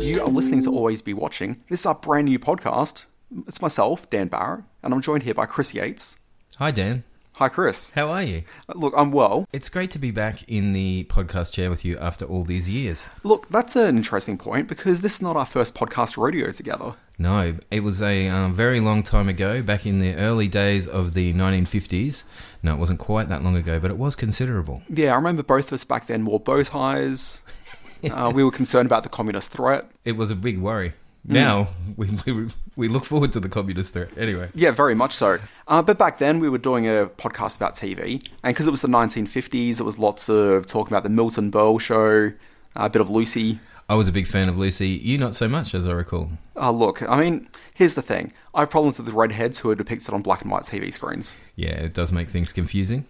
to always be watching. This is our brand new podcast. It's myself, Dan Barrow, and I'm joined here by Chris Yates. Hi, Dan. Hi, Chris. How are you? Look, I'm well. It's great to be back in the podcast chair with you after all these years. Look, that's an interesting point because this is not our first podcast rodeo together. No, it was a uh, very long time ago, back in the early days of the 1950s. No, it wasn't quite that long ago, but it was considerable. Yeah, I remember both of us back then wore bow ties. Uh, we were concerned about the communist threat. It was a big worry. Now we, we we look forward to the communist threat. Anyway, Yeah, very much so. Uh, but back then, we were doing a podcast about TV, and because it was the 1950s, it was lots of talking about the Milton Berle show, uh, a bit of Lucy. I was a big fan of Lucy. You not so much, as I recall. Uh, look, I mean, here's the thing: I have problems with the redheads who are depicted on black and white TV screens. Yeah, it does make things confusing.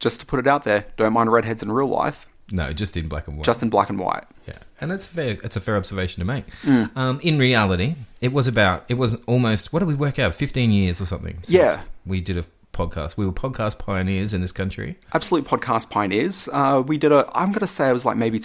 Just to put it out there, don't mind redheads in real life, No, just in black and white. just in black and white. Yeah, and that's fair. That's a fair observation to make. Mm. Um, in reality, it was about. It was almost. What did we work out? Fifteen years or something. since Yeah. we did a podcast. We were podcast pioneers in this country. Absolute podcast pioneers. Uh, we did a. I'm gonna say it was like maybe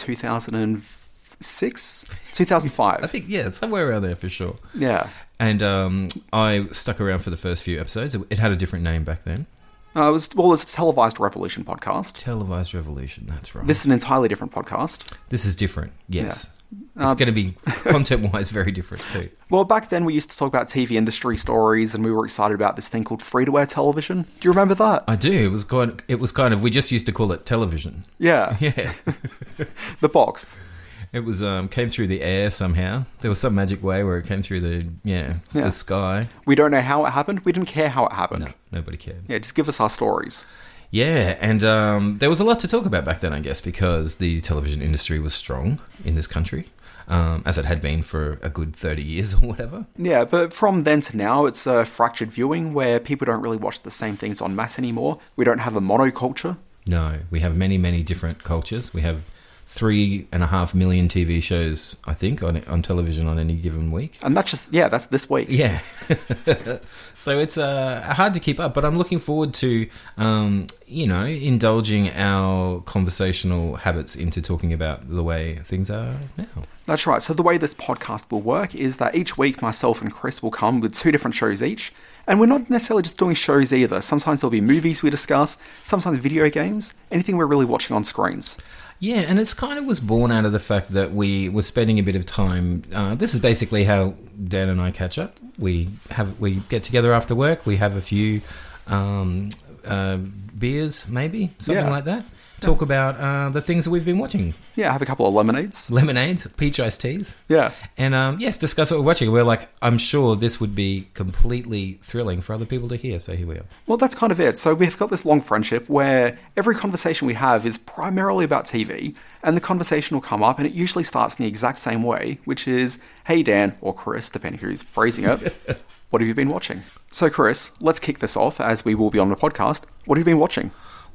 2006, 2005. I think yeah, it's somewhere around there for sure. yeah. And um, I stuck around for the first few episodes. It, it had a different name back then. Uh, it was well, it was a televised revolution podcast. Televised Revolution. That's right. This is an entirely different podcast. This is different. Yes. Um, It's going to be content wise very different too. Well, back then we used to talk about TV industry stories, and we were excited about this thing called free to air television. Do you remember that? I do. It was kind. It was kind of. We just used to call it television. Yeah, Yeah. the box. It was um, came through the air somehow. There was some magic way where it came through the yeah, Yeah. the sky. We don't know how it happened. We didn't care how it happened. No, nobody cared. Yeah, just give us our stories. Yeah, and um, there was a lot to talk about back then, I guess, because the television industry was strong in this country, um, as it had been for a good thirty years or whatever. Yeah, but from then to now, it's a fractured viewing where people don't really watch the same things en masse anymore. We don't have a monoculture. No, we have many, many different cultures. We have three and a half million TV shows, I think, on on television on any given week. And that's just, yeah, that's this week. Yeah. so it's uh, hard to keep up, but I'm looking forward to, um, you know, indulging our conversational habits into talking about the way things are now. That's right. So, the way this podcast will work is that each week, myself and Chris will come with two different shows each. And we're not necessarily just doing shows either. Sometimes there'll be movies we discuss, sometimes video games, anything we're really watching on screens. Yeah, and it's kind of was born out of the fact that we were spending a bit of time. Uh, this is basically how Dan and I catch up. We have we get together after work. We have a few um, uh, beers, maybe something Yeah. like that. Talk about uh, the things that we've been watching: Yeah, have a couple of lemonades. lemonades, peach iced teas. Yeah. And um, yes, discuss what we're watching. We're like, I'm sure this would be completely thrilling for other people to hear. So here we are. Well, that's kind of it. So, we've got this long friendship where every conversation we have is primarily about TV, and the conversation will come up, and it usually starts in the exact same way, which is, Hey, Dan, or Chris, depending who's phrasing it, what have you been watching? So, Chris, let's kick this off as we will be on the podcast. What have you been watching?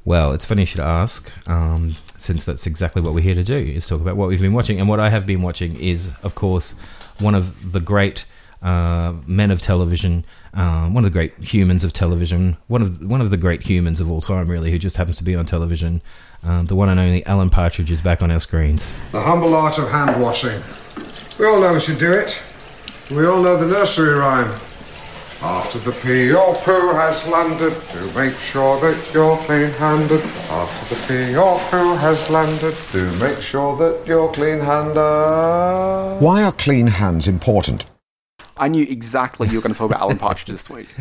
Well, it's funny you should ask, um, since that's exactly what we're here to do is talk about what we've been watching. And what I have been watching is, of course, one of the great uh, men of television, uh, one of the great humans of television, one of one of the great humans of all time, really, who just happens to be on television. Um, the one and only Alan Partridge is back on our screens. The humble art of hand washing. We all know we should do it. We all know the nursery rhyme. After the pee your poo has landed, do make sure that you're clean-handed. After the pee your poo has landed, do make sure that you're clean-handed. Why are clean hands important? I knew exactly you were going to talk about Alan Partridge this week.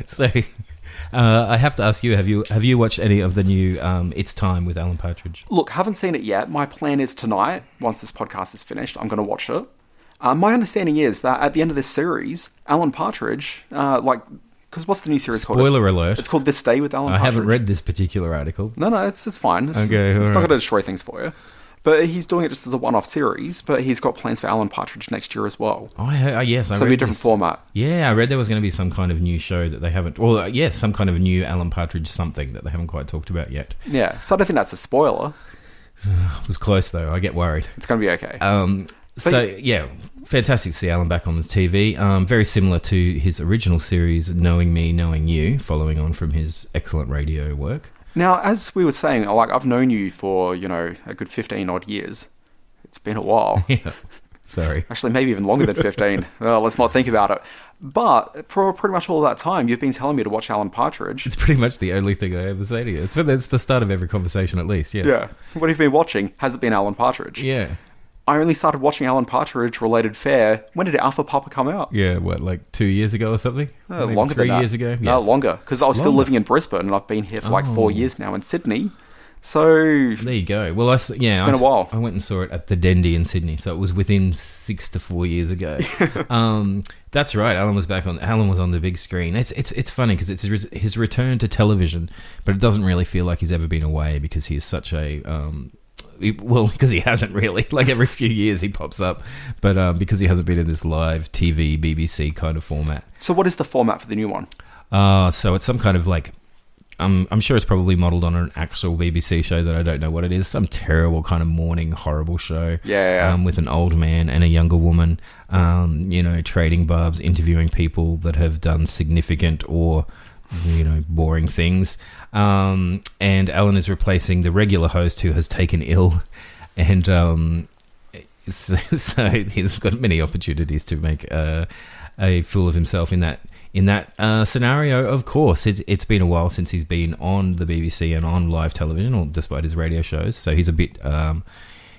So, uh, I have to ask you: Have you have you watched any of the new um, "It's Time" with Alan Partridge? Look, haven't seen it yet. My plan is tonight, once this podcast is finished, I'm going to watch it. Uh, my understanding is that at the end of this series, Alan Partridge, uh, like, because what's the new series called? Spoiler It's- alert. It's called This Day with Alan I Partridge. haven't read this particular article. No, no, it's, it's fine. It's, Okay, it's all not right. going to destroy things for you. But he's doing it just as a one off series, but he's got plans for Alan Partridge next year as well. Oh, I, uh, yes, I So it'll read be a different this. format. Yeah, I read there was going to be some kind of new show that they haven't. Well, uh, yes, some kind of new Alan Partridge something that they haven't quite talked about yet. Yeah. So I don't think that's a spoiler. It was close though. I get worried. It's going to be okay. Um, so yeah, fantastic to see Alan back on the TV. Um, very similar to his original series, "Knowing Me, Knowing You," following on from his excellent radio work. Now, as we were saying, like I've known you for you know a good fifteen odd years. It's been a while. Yeah. Sorry. Actually, maybe even longer than 15. well, let's not think about it. But for pretty much all that time, you've been telling me to watch Alan Partridge. It's pretty much the only thing I ever say to you. It's, but that's the start of every conversation, at least. Yes. Yeah. What have you been watching? Has it been Alan Partridge? Yeah. I only started watching Alan Partridge related fare. When did Alpha Papa come out? Yeah. What, like two years ago or something? Uh, Maybe longer three than that. years ago. No, Yes. longer. Because I was still Longer. Oh. living in Brisbane and I've been here for like four years now in Sydney. So, There you go. Well, I s- yeah, it's been a while. I went and saw it at the Dendy in Sydney, so it was within six to four years ago. um, that's right. Alan was back on. Alan was on the big screen. It's it's it's funny because it's his re- his return to television, but it doesn't really feel like he's ever been away because he's such a um, he- well, because he hasn't really. Like every few years he pops up, but um, because he hasn't been in this live TV BBC kind of format. so what is the format for the new one? Uh, so it's some kind of like. I'm, I'm sure it's probably modeled on an actual BBC show that I don't know what it is. Some terrible kind of morning, horrible show. Yeah. Um, with an old man and a younger woman, um, you know, trading barbs, interviewing people that have done significant or, you know, boring things. Um, and Alan is replacing the regular host who has taken ill. And um, so, so he's got many opportunities to make uh, a fool of himself in that in that uh, scenario. Of course, it's it's been a while since he's been on the BBC and on live television, or despite his radio shows. So he's a bit um,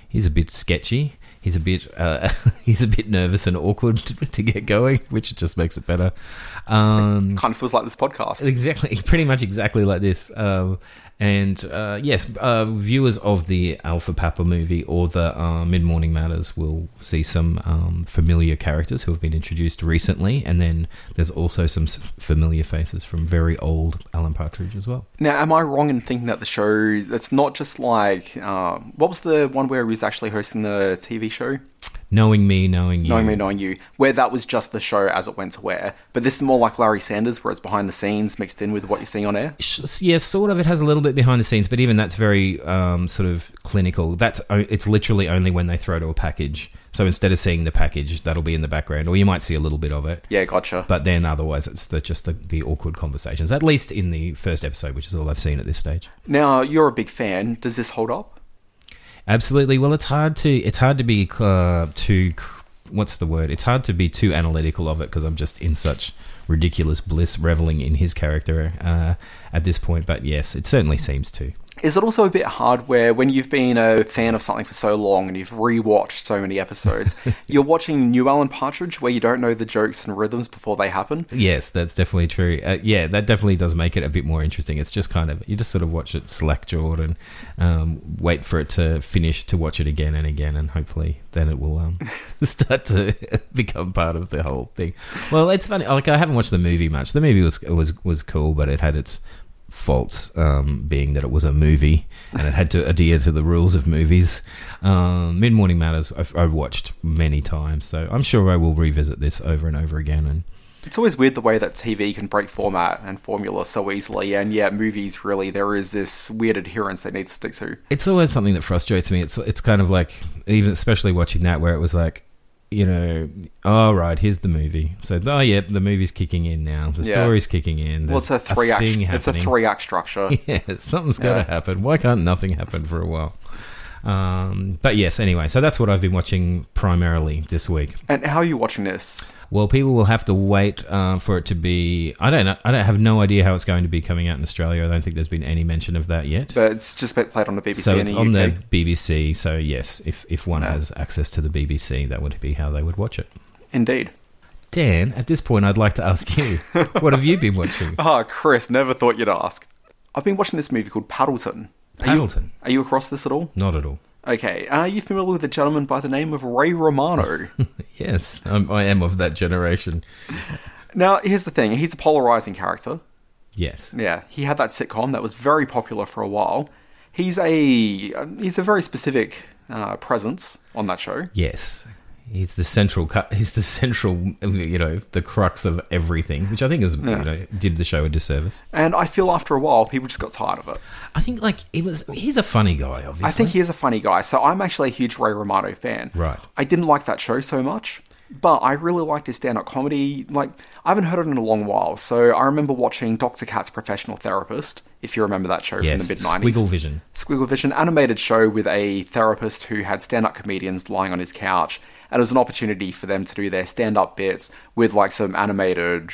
he's a bit sketchy. He's a bit uh, he's a bit nervous and awkward to, to get going, which just makes it better. Um, Kind of feels like this podcast. Exactly, pretty much exactly like this. Um, and uh, yes, uh, viewers of the Alpha Papa movie or the uh, Mid Morning Matters will see some um, familiar characters who have been introduced recently, and then there's also some s- familiar faces from very old Alan Partridge as well. Now, am I wrong in thinking that the show, that's not just like, um, what was the one where he was actually hosting the TV show? Knowing me, knowing you, Knowing Me, Knowing You, where that was just the show as it went to air. But this is more like Larry Sanders, where it's behind the scenes mixed in with what you're seeing on air. Sh- yeah, sort of. It has a little bit behind the scenes, but even that's very um, sort of clinical. That's o- it's literally only when they throw to a package. So instead of seeing the package, that'll be in the background, or you might see a little bit of it. Yeah, gotcha. But then otherwise, it's the, just the, the awkward conversations. At least in the first episode, which is all I've seen at this stage. now, you're a big fan. Does this hold up? Absolutely. Well, it's hard to it's hard to be uh, too what's the word? It's hard to be too analytical of it because I'm just in such ridiculous bliss, reveling in his character uh, at this point. But yes, it certainly seems to. Is it also a bit hard where when you've been a fan of something for so long and you've rewatched so many episodes, you're watching New Alan Partridge where you don't know the jokes and rhythms before they happen? Yes, that's definitely true. Uh, yeah, that definitely does make it a bit more interesting. It's just kind of you just sort of watch it slack-jawed and um, wait for it to finish to watch it again and again, and hopefully then it will um, start to become part of the whole thing. Well, it's funny. Like I haven't watched the movie much. The movie was was was cool, but it had its faults, um, being that it was a movie and it had to adhere to the rules of movies. Um, Mid Morning Matters, I've, I've watched many times, so I'm sure I will revisit this over and over again and. It's always weird the way that TV can break format and formula so easily, and yeah, movies really, there is this weird adherence they need to stick to. it's always something that frustrates me. It's it's kind of like even especially watching that where it was like, you know, all right, here's the movie. So oh yeah, the movie's kicking in now. The Yeah. story's kicking in. Well, it's a There's three act. thing It's a happening. three act structure. Yeah, something's got to Yeah. happen. Why can't nothing happen for a while? Um, but yes, anyway, so that's what I've been watching primarily this week. and how are you watching this? Well, people will have to wait uh, for it to be. I don't know. I don't have no idea how it's going to be coming out in Australia. I don't think there's been any mention of that yet. But it's just been played on the BBC so in it's the on UK. the BBC. So yes, if if one has access to the BBC, that would be how they would watch it. Indeed. Dan, at this point, I'd like to ask you, what have you been watching? Ah, Chris, never thought you'd ask. I've been watching this movie called Paddleton. Are you- Paddleton? Are you across this at all? Not at all. Okay. Are you familiar with a gentleman by the name of Ray Romano? Yes, I'm, I am of that generation. now, here's the thing he's a polarizing character. Yes, Yeah, he had that sitcom that was very popular for a while. He's a he's a very specific uh, presence on that show. yes. He's the central. cu- He's the central. You know, the crux of everything, which I think is you know did the show a disservice. And I feel after a while people just got tired of it. I think like it was. He's a funny guy, obviously. I think he is a funny guy, so I'm actually a huge Ray Romano fan. Right. I didn't like that show so much, but I really liked his stand-up comedy. Like I haven't heard it in a long while, so I remember watching Dr. Katz Professional Therapist, if you remember that show yes, from the mid nineties. Squiggle Vision. Squiggle Vision animated show with a therapist who had stand up comedians lying on his couch and it was an opportunity for them to do their stand-up bits with like some animated,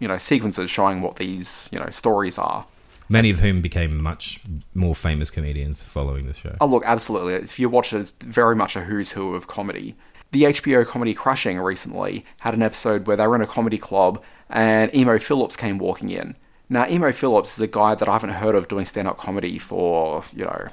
you know, sequences showing what these you know stories are. Many of whom became much more famous comedians following this show. Oh, look, absolutely. If you watch it, it's very much a who's who of comedy. The HBO comedy Crashing recently had an episode where they were in a comedy club and Emo Phillips came walking in. Now, Emo Phillips is a guy that I haven't heard of doing stand up comedy for, you know,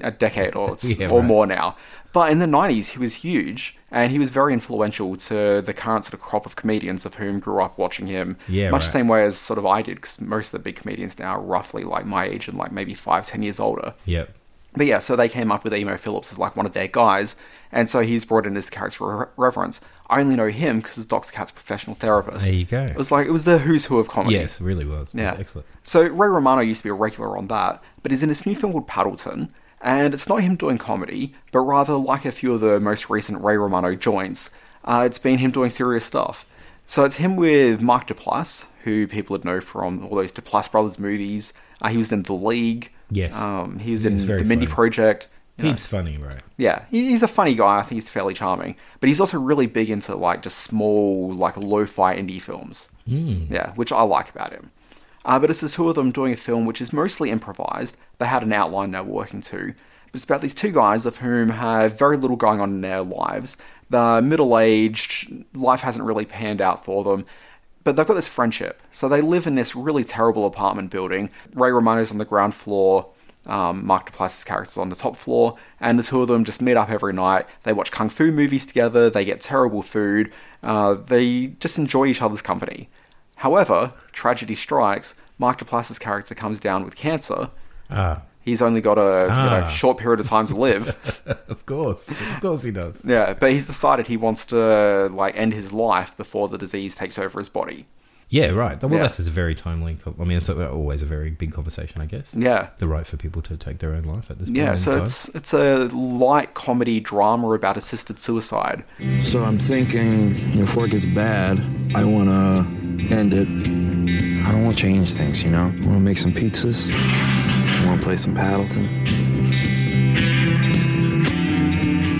a decade or, Yeah, or right. more now. But in the 90s, he was huge and he was very influential to the current sort of crop of comedians of whom grew up watching him. Yeah, much the right. same way as sort of I did, because most of the big comedians now are roughly like my age and like maybe five, ten years older. Yep. But yeah, so they came up with Emo Phillips as like one of their guys, and so he's brought in his character re- reference. I only know him because Doc's Cat's a professional therapist. There you go. It was like it was the who's who of comedy. Yes, really was. Yeah. Yeah. excellent. So Ray Romano used to be a regular on that, but he's in this new film called Paddleton, and it's not him doing comedy, but rather like a few of the most recent Ray Romano joints, uh, it's been him doing serious stuff. So it's him with Mark Duplass, who people would know from all those Duplass Brothers movies. Uh, he was in The League. Yes. Um, he was He in was The very Mindy funny. Project. you know. Heaps funny, right? Yeah, he- he's a funny guy. I think he's fairly charming, but he's also really big into like just small, like lo-fi indie films. Mm. Yeah, which I like about him. Uh, but it's the two of them doing a film which is mostly improvised. They had an outline they were working to. But it's about these two guys of whom have very little going on in their lives. They're middle-aged. Life hasn't really panned out for them. But they've got this friendship. So they live in this really terrible apartment building. Ray Romano's on the ground floor. Um, Mark Duplass's character's on the top floor, and the two of them just meet up every night. They watch kung fu movies together, they get terrible food, uh, they just enjoy each other's company. However, tragedy strikes, Mark Duplass's character comes down with cancer. Ah, He's only got a you Ah. know, short period of time to live. of course, of course he does. yeah, but he's decided he wants to like end his life before the disease takes over his body. Yeah, right. Well, Yeah. that's a very timely. co- I mean, it's always a very big conversation, I guess. Yeah. The right for people to take their own life at this point. Yeah, in so time. it's it's a light comedy drama about assisted suicide. So I'm thinking before it gets bad, I want to end it. I don't want to change things, you know? I want to make some pizzas. I want to play some Paddleton.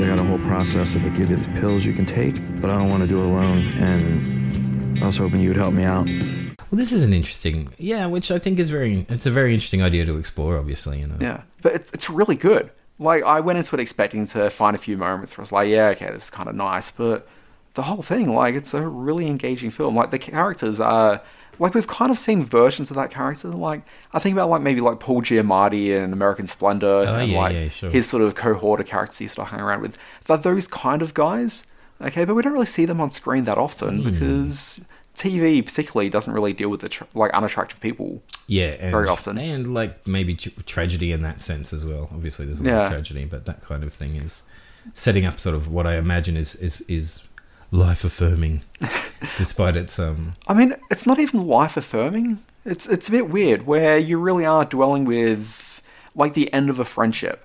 They got a whole process that they give you the pills you can take, but I don't want to do it alone. And I was hoping you'd help me out. Well, this is an interesting, yeah, which I think is very. It's a very interesting idea to explore, obviously. You know. Yeah, but it's, it's really good. Like I went into it expecting to find a few moments where I was like, yeah, okay, this is kind of nice, but the whole thing, like, it's a really engaging film. Like the characters are, like, we've kind of seen versions of that character. Like I think about like maybe like Paul Giamatti in American Splendor, and Oh, yeah, like yeah, sure. his sort of cohort of characters he sort of hung around with. They're those kind of guys, okay, but we don't really see them on screen that often Hmm. because. TV particularly doesn't really deal with the tr like unattractive people. Yeah, and, Very often. and like maybe t- tragedy in that sense as well. Obviously, there's a lot Yeah. of tragedy, but that kind of thing is setting up sort of what I imagine is is is life affirming, despite its um. I mean, it's not even life affirming. It's it's a bit weird where you really are dwelling with like the end of a friendship.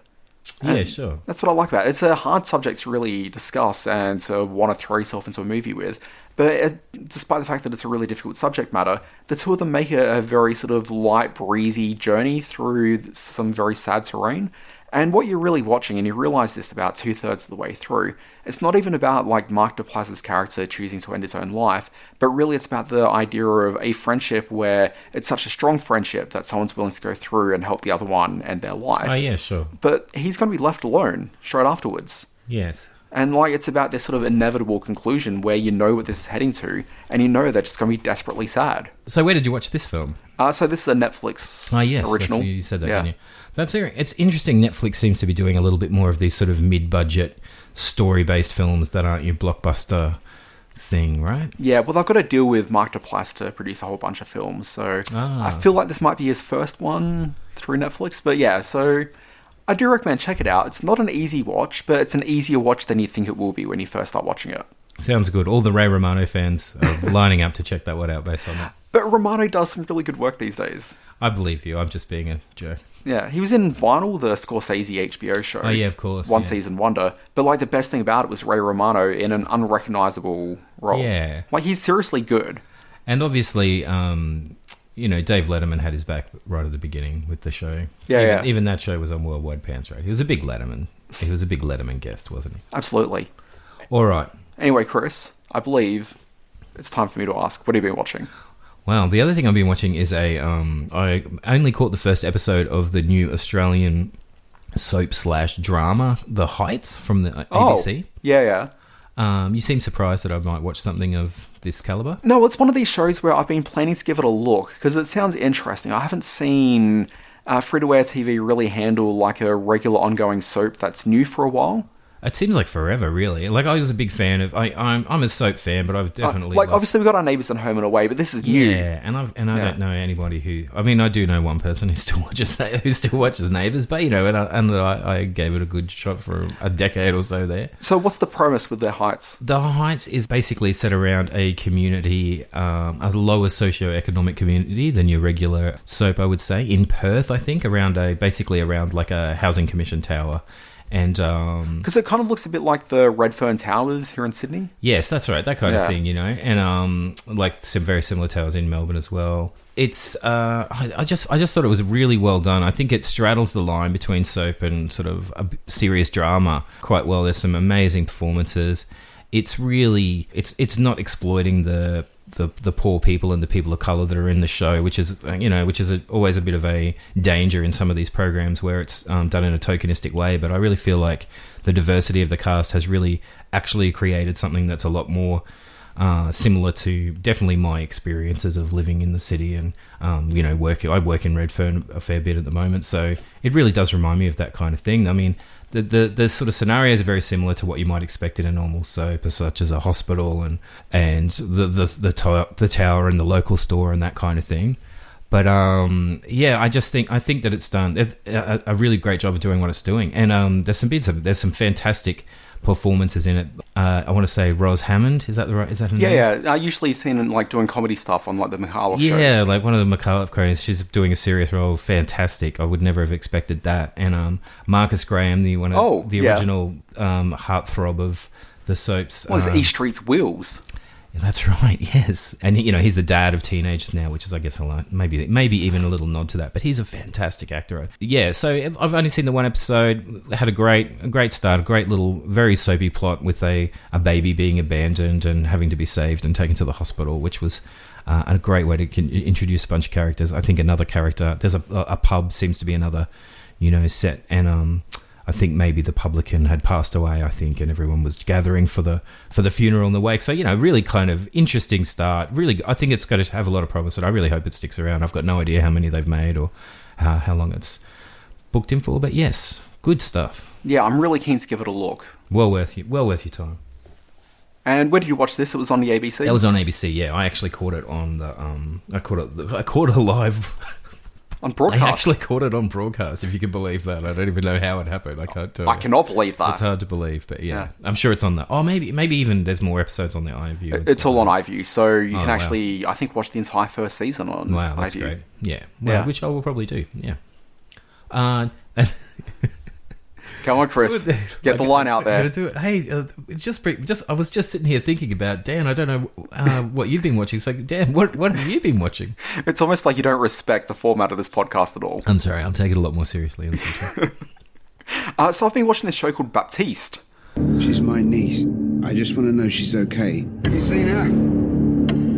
Yeah, sure. That's what I like about it. It's a hard subject to really discuss and to want to throw yourself into a movie with. But it, despite the fact that it's a really difficult subject matter, the two of them make a, a very sort of light, breezy journey through some very sad terrain. And what you're really watching, and you realize this about two thirds of the way through, it's not even about like Mark Duplass's character choosing to end his own life, but really it's about the idea of a friendship where it's such a strong friendship that someone's willing to go through and help the other one end their life Oh yeah, sure. but he's going to be left alone straight afterwards. Yes. And like it's about this sort of inevitable conclusion where you know what this is heading to, and you know they're just going to be desperately sad. So where did you watch this film? Uh, so this is a Netflix Ah, yes, that's- original. You said that, yeah. didn't you? That's very- it's interesting. Netflix seems to be doing a little bit more of these sort of mid-budget story-based films that aren't your blockbuster thing, right? Yeah, well, they've got to deal with Mark Duplass to produce a whole bunch of films, so Ah. I feel like this might be his first one through Netflix. But yeah, so I do recommend check it out. It's not an easy watch, but it's an easier watch than you think it will be when you first start watching it. Sounds good. All the Ray Romano fans are lining up to check that one out based on that. But Romano does some really good work these days. I believe you. I'm just being a jerk. Yeah, he was in Vinyl, the Scorsese HBO show. Oh, yeah, of course, One yeah. season wonder. But like the best thing about it was Ray Romano in an unrecognizable role. Yeah. like he's seriously good. And obviously, um, you know, Dave Letterman had his back right at the beginning with the show. Yeah, even, yeah. even that show was on Worldwide Pants, right? He was a big Letterman. He was a big Letterman guest, wasn't he? Absolutely. All right. Anyway, Chris, I believe it's time for me to ask, what have you been watching? Well, the other thing I've been watching is a. Um, I only caught the first episode of the new Australian soap slash drama, The Heights, from the uh, ABC. Oh, yeah, yeah. Um, you seem surprised that I might watch something of this caliber. No, it's one of these shows where I've been planning to give it a look because it sounds interesting. I haven't seen uh, free to air TV really handle like a regular ongoing soap that's new for a while. It seems like forever, really. Like I was a big fan of. I, I'm I'm a soap fan, but I've Uh, definitely like, lost- obviously, we've got our neighbours and home and away, but this is new. Yeah, and I've and I Yeah. don't know anybody who. I mean, I do know one person who still watches who still watches Neighbours, but you know, and I, and I, I gave it a good shot for a decade or so there. So, what's the premise with their heights? The Heights is basically set around a community, um, a lower socioeconomic community than your regular soap, I would say, in Perth, I think, around a basically around like a housing commission tower. And um, Because it kind of looks a bit like the Redfern Towers here in Sydney. Yes, that's right. That kind Yeah. of thing, you know, and um, like some very similar tales in Melbourne as well. It's uh, I, I just I just thought it was really well done. I think it straddles the line between soap and sort of a b- serious drama quite well. There's some amazing performances. It's really it's it's not exploiting the the, the poor people and the people of color that are in the show, which is uh, you know which is a, always a bit of a danger in some of these programs where it's um, done in a tokenistic way. But I really feel like the diversity of the cast has really actually created something that's a lot more uh, similar to definitely my experiences of living in the city and um, you know working. I work in Redfern a fair bit at the moment, so it really does remind me of that kind of thing. I mean. The, the, the sort of scenarios are very similar to what you might expect in a normal soap, such as a hospital and and the the the, to- the tower and the local store and that kind of thing. But um, yeah, I just think I think that it's done it, a, a really great job of doing what it's doing, and um, there's some bits of there's some fantastic performances in it. Uh, I want to say Ros Hammond is that the right is that her name? Yeah, yeah. I usually seen him like doing comedy stuff on like the Mikhailov Yeah, shows. like one of the McAuliffe cronies. She's doing a serious role. Fantastic. I would never have expected that. And um, Marcus Graham, the one of Oh, the yeah. original um, heartthrob of the soaps. What is it, um, East Street's Wheels? Yeah, That's right. Yes, and you know he's the dad of teenagers now, which is, I guess, a lot, maybe maybe even a little nod to that. But he's a fantastic actor. Yeah. So I've only seen the one episode. Had a great a great start. A great little very soapy plot with a a baby being abandoned and having to be saved and taken to the hospital, which was. Uh, a great way to con- introduce a bunch of characters. I think another character. There's a, a pub seems to be another, you know, set and um, I think maybe the publican had passed away. I think, and everyone was gathering for the for the funeral and the wake. So you know, really kind of interesting start. Really, I think it's going to have a lot of promise, and I really hope it sticks around. I've got no idea how many they've made or how, how long it's booked in for, but yes, good stuff. Yeah, I'm really keen to give it a look. Well worth you, well worth your time. And where did you watch this? It was on the ABC. That was on ABC. Yeah, I actually caught it on the um, I caught it, I caught it live. on I broadcast. actually caught it on broadcast. If you can believe that, I don't even know how it happened. I can't tell. I you. cannot believe that. It's hard to believe, but yeah, Yeah. I'm sure it's on the. Oh, maybe maybe even there's more episodes on the iView. and It's stuff. all on iView, so you can wow. actually, I think, watch the entire first season on Wow, that's iView. great. Yeah, well, Yeah. which I will probably do. Yeah. Uh, and Come on, Chris, get the line out I'm gonna there. do it. Hey, uh, it's just pre- just I was just sitting here thinking about Dan. I don't know uh, what you've been watching. So Dan, what what have you been watching? It's almost like you don't respect the format of this podcast at all. I'm sorry, I'll take it a lot more seriously in the future. Uh, so I've been watching this show called Baptiste. She's my niece. I just want to know she's okay. You seen her?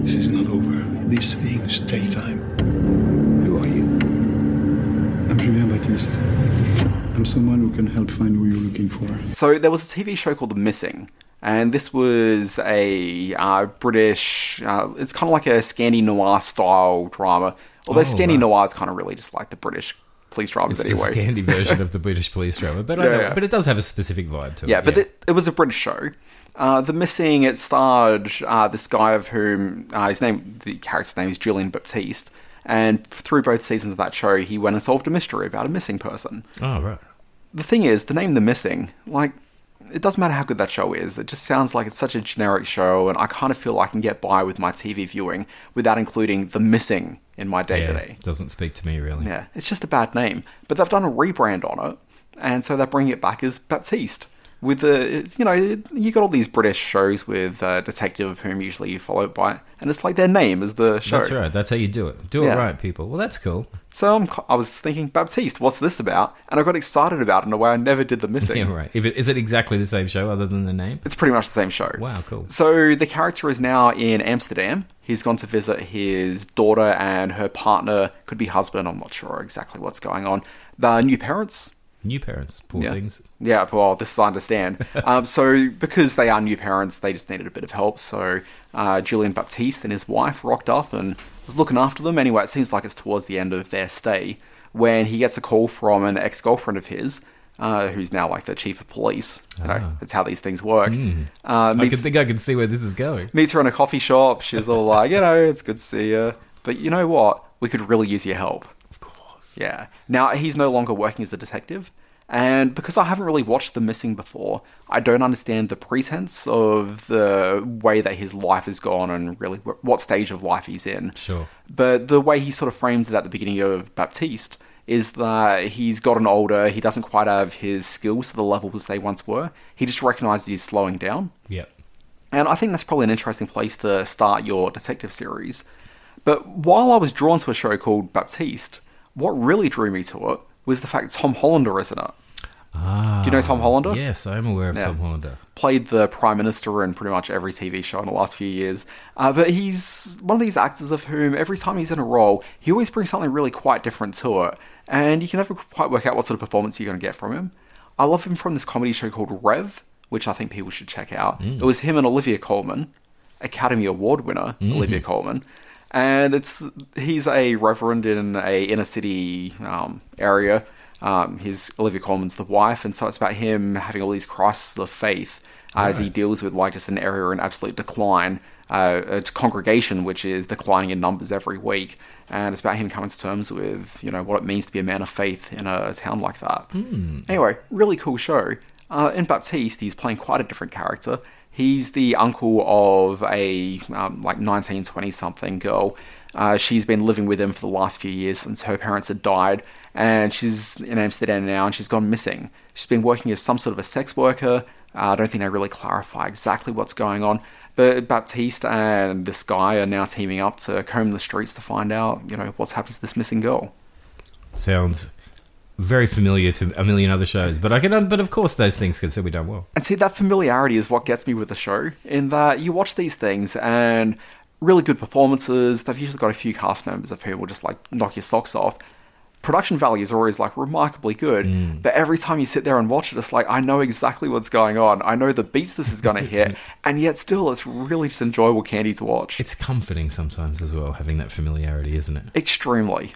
This is not over. These things take time. Who are you? I'm Julien Baptiste. I'm someone who can help find who you're looking for. So there was a TV show called The Missing, and this was a uh, British. Uh, it's kind of like a Scandi noir style drama. Although Oh, Scandi right. noir is kind of really just like the British police dramas It's anyway. the Scandi version of the British police drama, but I Yeah, know, yeah. but it does have a specific vibe to it. yeah, but It, it was a British show. Uh, the Missing, it starred uh, this guy of whom uh, his name, the character's name is Julian Baptiste, and through both seasons of that show, he went and solved a mystery about a missing person. oh right. The thing is, the name The Missing, like, it doesn't matter how good that show is, it just sounds like it's such a generic show, and I kind of feel I can get by with my TV viewing without including The Missing in my day to Yeah, day. doesn't speak to me really. Yeah, it's just a bad name. But they've done a rebrand on it, and so they're bringing it back as Baptiste. with the you know you got all these British shows with a detective of whom usually you follow by, and it's like their name is the show. That's right. That's how you do it. Do Yeah. it right, people. Well, that's cool. So I'm, I was thinking, Baptiste, what's this about? And I got excited about it in a way I never did the missing. Yeah, right. If it, is it exactly the same show other than the name? It's pretty much the same show. Wow, cool. So the character is now in Amsterdam. He's gone to visit his daughter and her partner, could be husband, I'm not sure exactly what's going on. The new parents. New parents, poor things. Yeah, well, this is I understand. um, so because they are new parents, they just needed a bit of help. So uh, Julian Baptiste and his wife rocked up and was looking after them. Anyway, it seems like it's towards the end of their stay when he gets a call from an ex girlfriend of his. Uh, who's now like the chief of police? You know, that's how these things work. Uh, Ah. Hmm. I meets- can think I can see where this is going. meets her in a coffee shop. She's all like, you know, it's good to see you. But you know what? We could really use your help. Of course. Yeah. Now, he's no longer working as a detective. And because I haven't really watched The Missing before, I don't understand the pretense of the way that his life has gone and really wh- what stage of life he's in. Sure. But the way he sort of framed it at the beginning of Baptiste is that he's gotten older, he doesn't quite have his skills to the level as they once were. He just recognizes he's slowing down. Yep. And I think that's probably an interesting place to start your detective series. But while I was drawn to a show called Baptiste, what really drew me to it was the fact Tom Hollander is in it. Ah, Do you know Tom Hollander? Yes, I'm aware of Yeah. Tom Hollander. Played the Prime Minister in pretty much every TV show in the last few years. Uh, but he's one of these actors of whom every time he's in a role, he always brings something really quite different to it. And you can never quite work out what sort of performance you're going to get from him. I love him from this comedy show called Rev, which I think people should check out. It was him and Olivia Colman, Academy Award winner Olivia Colman, and it's he's a reverend in a inner city um, area. Um, his Olivia Colman's the wife, and so it's about him having all these crises of faith as he deals with like just an area in absolute decline, uh, a congregation which is declining in numbers every week, and it's about him coming to terms with you know what it means to be a man of faith in a town like that. Anyway, really cool show. Uh, in Baptiste, he's playing quite a different character. He's the uncle of a um, like 19, 20 something girl. Uh, she's been living with him for the last few years since her parents had died, and she's in Amsterdam now and she's gone missing. She's been working as some sort of a sex worker. Uh, I don't think they really clarify exactly what's going on, but Baptiste and this guy are now teaming up to comb the streets to find out, you know, what's happened to this missing girl. Sounds very familiar to a million other shows, but I can. un- But of course, those things can still be done well. And see, that familiarity is what gets me with the show, in that you watch these things and really good performances. They've usually got a few cast members of whom will just like knock your socks off. Production values are always like remarkably good, but every time you sit there and watch it, it's like I know exactly what's going on. I know the beats this is going to hit, and yet still, it's really just enjoyable candy to watch. It's comforting sometimes as well, having that familiarity, isn't it? Extremely.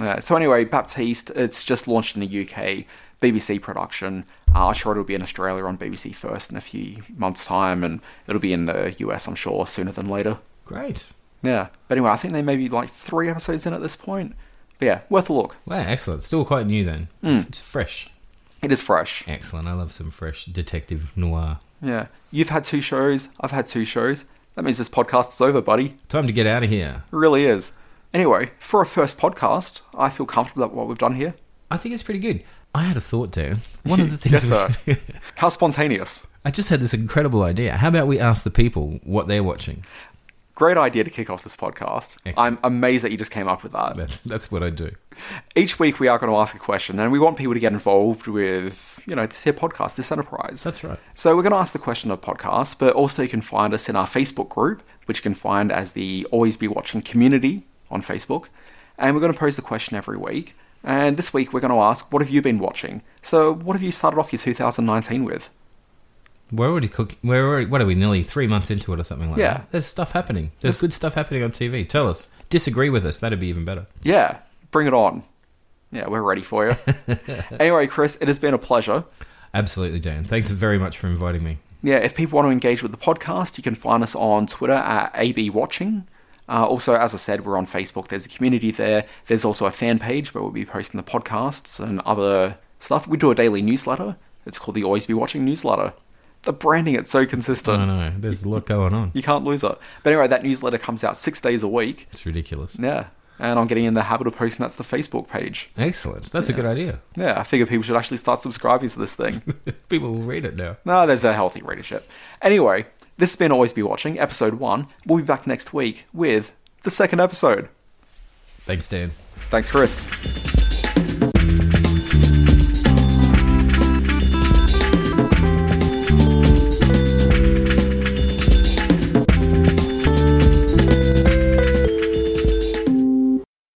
Uh, so anyway, Baptiste, it's just launched in the UK, BBC production. Uh, I'm sure it'll be in Australia on BBC First in a few months' time, and it'll be in the US, I'm sure, sooner than later. Great. Yeah. But anyway, I think they may be like three episodes in at this point. But yeah, worth a look. Wow, excellent. Still quite new then. Hmm. It's fresh. It is fresh. Excellent. I love some fresh detective noir. Yeah. You've had two shows. I've had two shows. That means this podcast is over, buddy. Time to get out of here. It really is. Anyway, for a first podcast, I feel comfortable about what we've done here. I think it's pretty good. I had a thought, Dan. One of the things. Yes, sir. How spontaneous. I just had this incredible idea. How about we ask the people what they're watching? Great idea to kick off this podcast. Excellent. I'm amazed that you just came up with that. That's, that's what I do. Each week we are going to ask a question, and we want people to get involved with, you know, this here podcast, this enterprise. That's right. So we're going to ask the question of podcast, but also you can find us in our Facebook group, which you can find as the Always Be Watching Community on Facebook. And we're going to pose the question every week. And this week we're going to ask, what have you been watching? So what have you started off your 2019 with? We're already cooking. We're already. What are we? Nearly three months into it, or something like Yeah. that. There's stuff happening. There's There's- good stuff happening on TV. Tell us. Disagree with us. That'd be even better. Yeah, bring it on. Yeah, we're ready for you. anyway, Chris, it has been a pleasure. Absolutely, Dan. Thanks very much for inviting me. Yeah, if people want to engage with the podcast, you can find us on Twitter at abwatching. Uh, also, as I said, we're on Facebook. There's a community there. There's also a fan page where we'll be posting the podcasts and other stuff. We do a daily newsletter. It's called the Always Be Watching newsletter. The branding, it's so consistent. I know. There's a lot going on. You can't lose it. But anyway, that newsletter comes out six days a week. It's ridiculous. Yeah. and I'm getting in the habit of posting that to the Facebook page. Excellent. That's a good idea. Yeah, I figure people should actually start subscribing to this thing. People will read it now. No, there's a healthy readership. Anyway, this has been Always Be Watching, episode one. We'll be back next week with the second episode. Thanks, Dan. Thanks, Chris.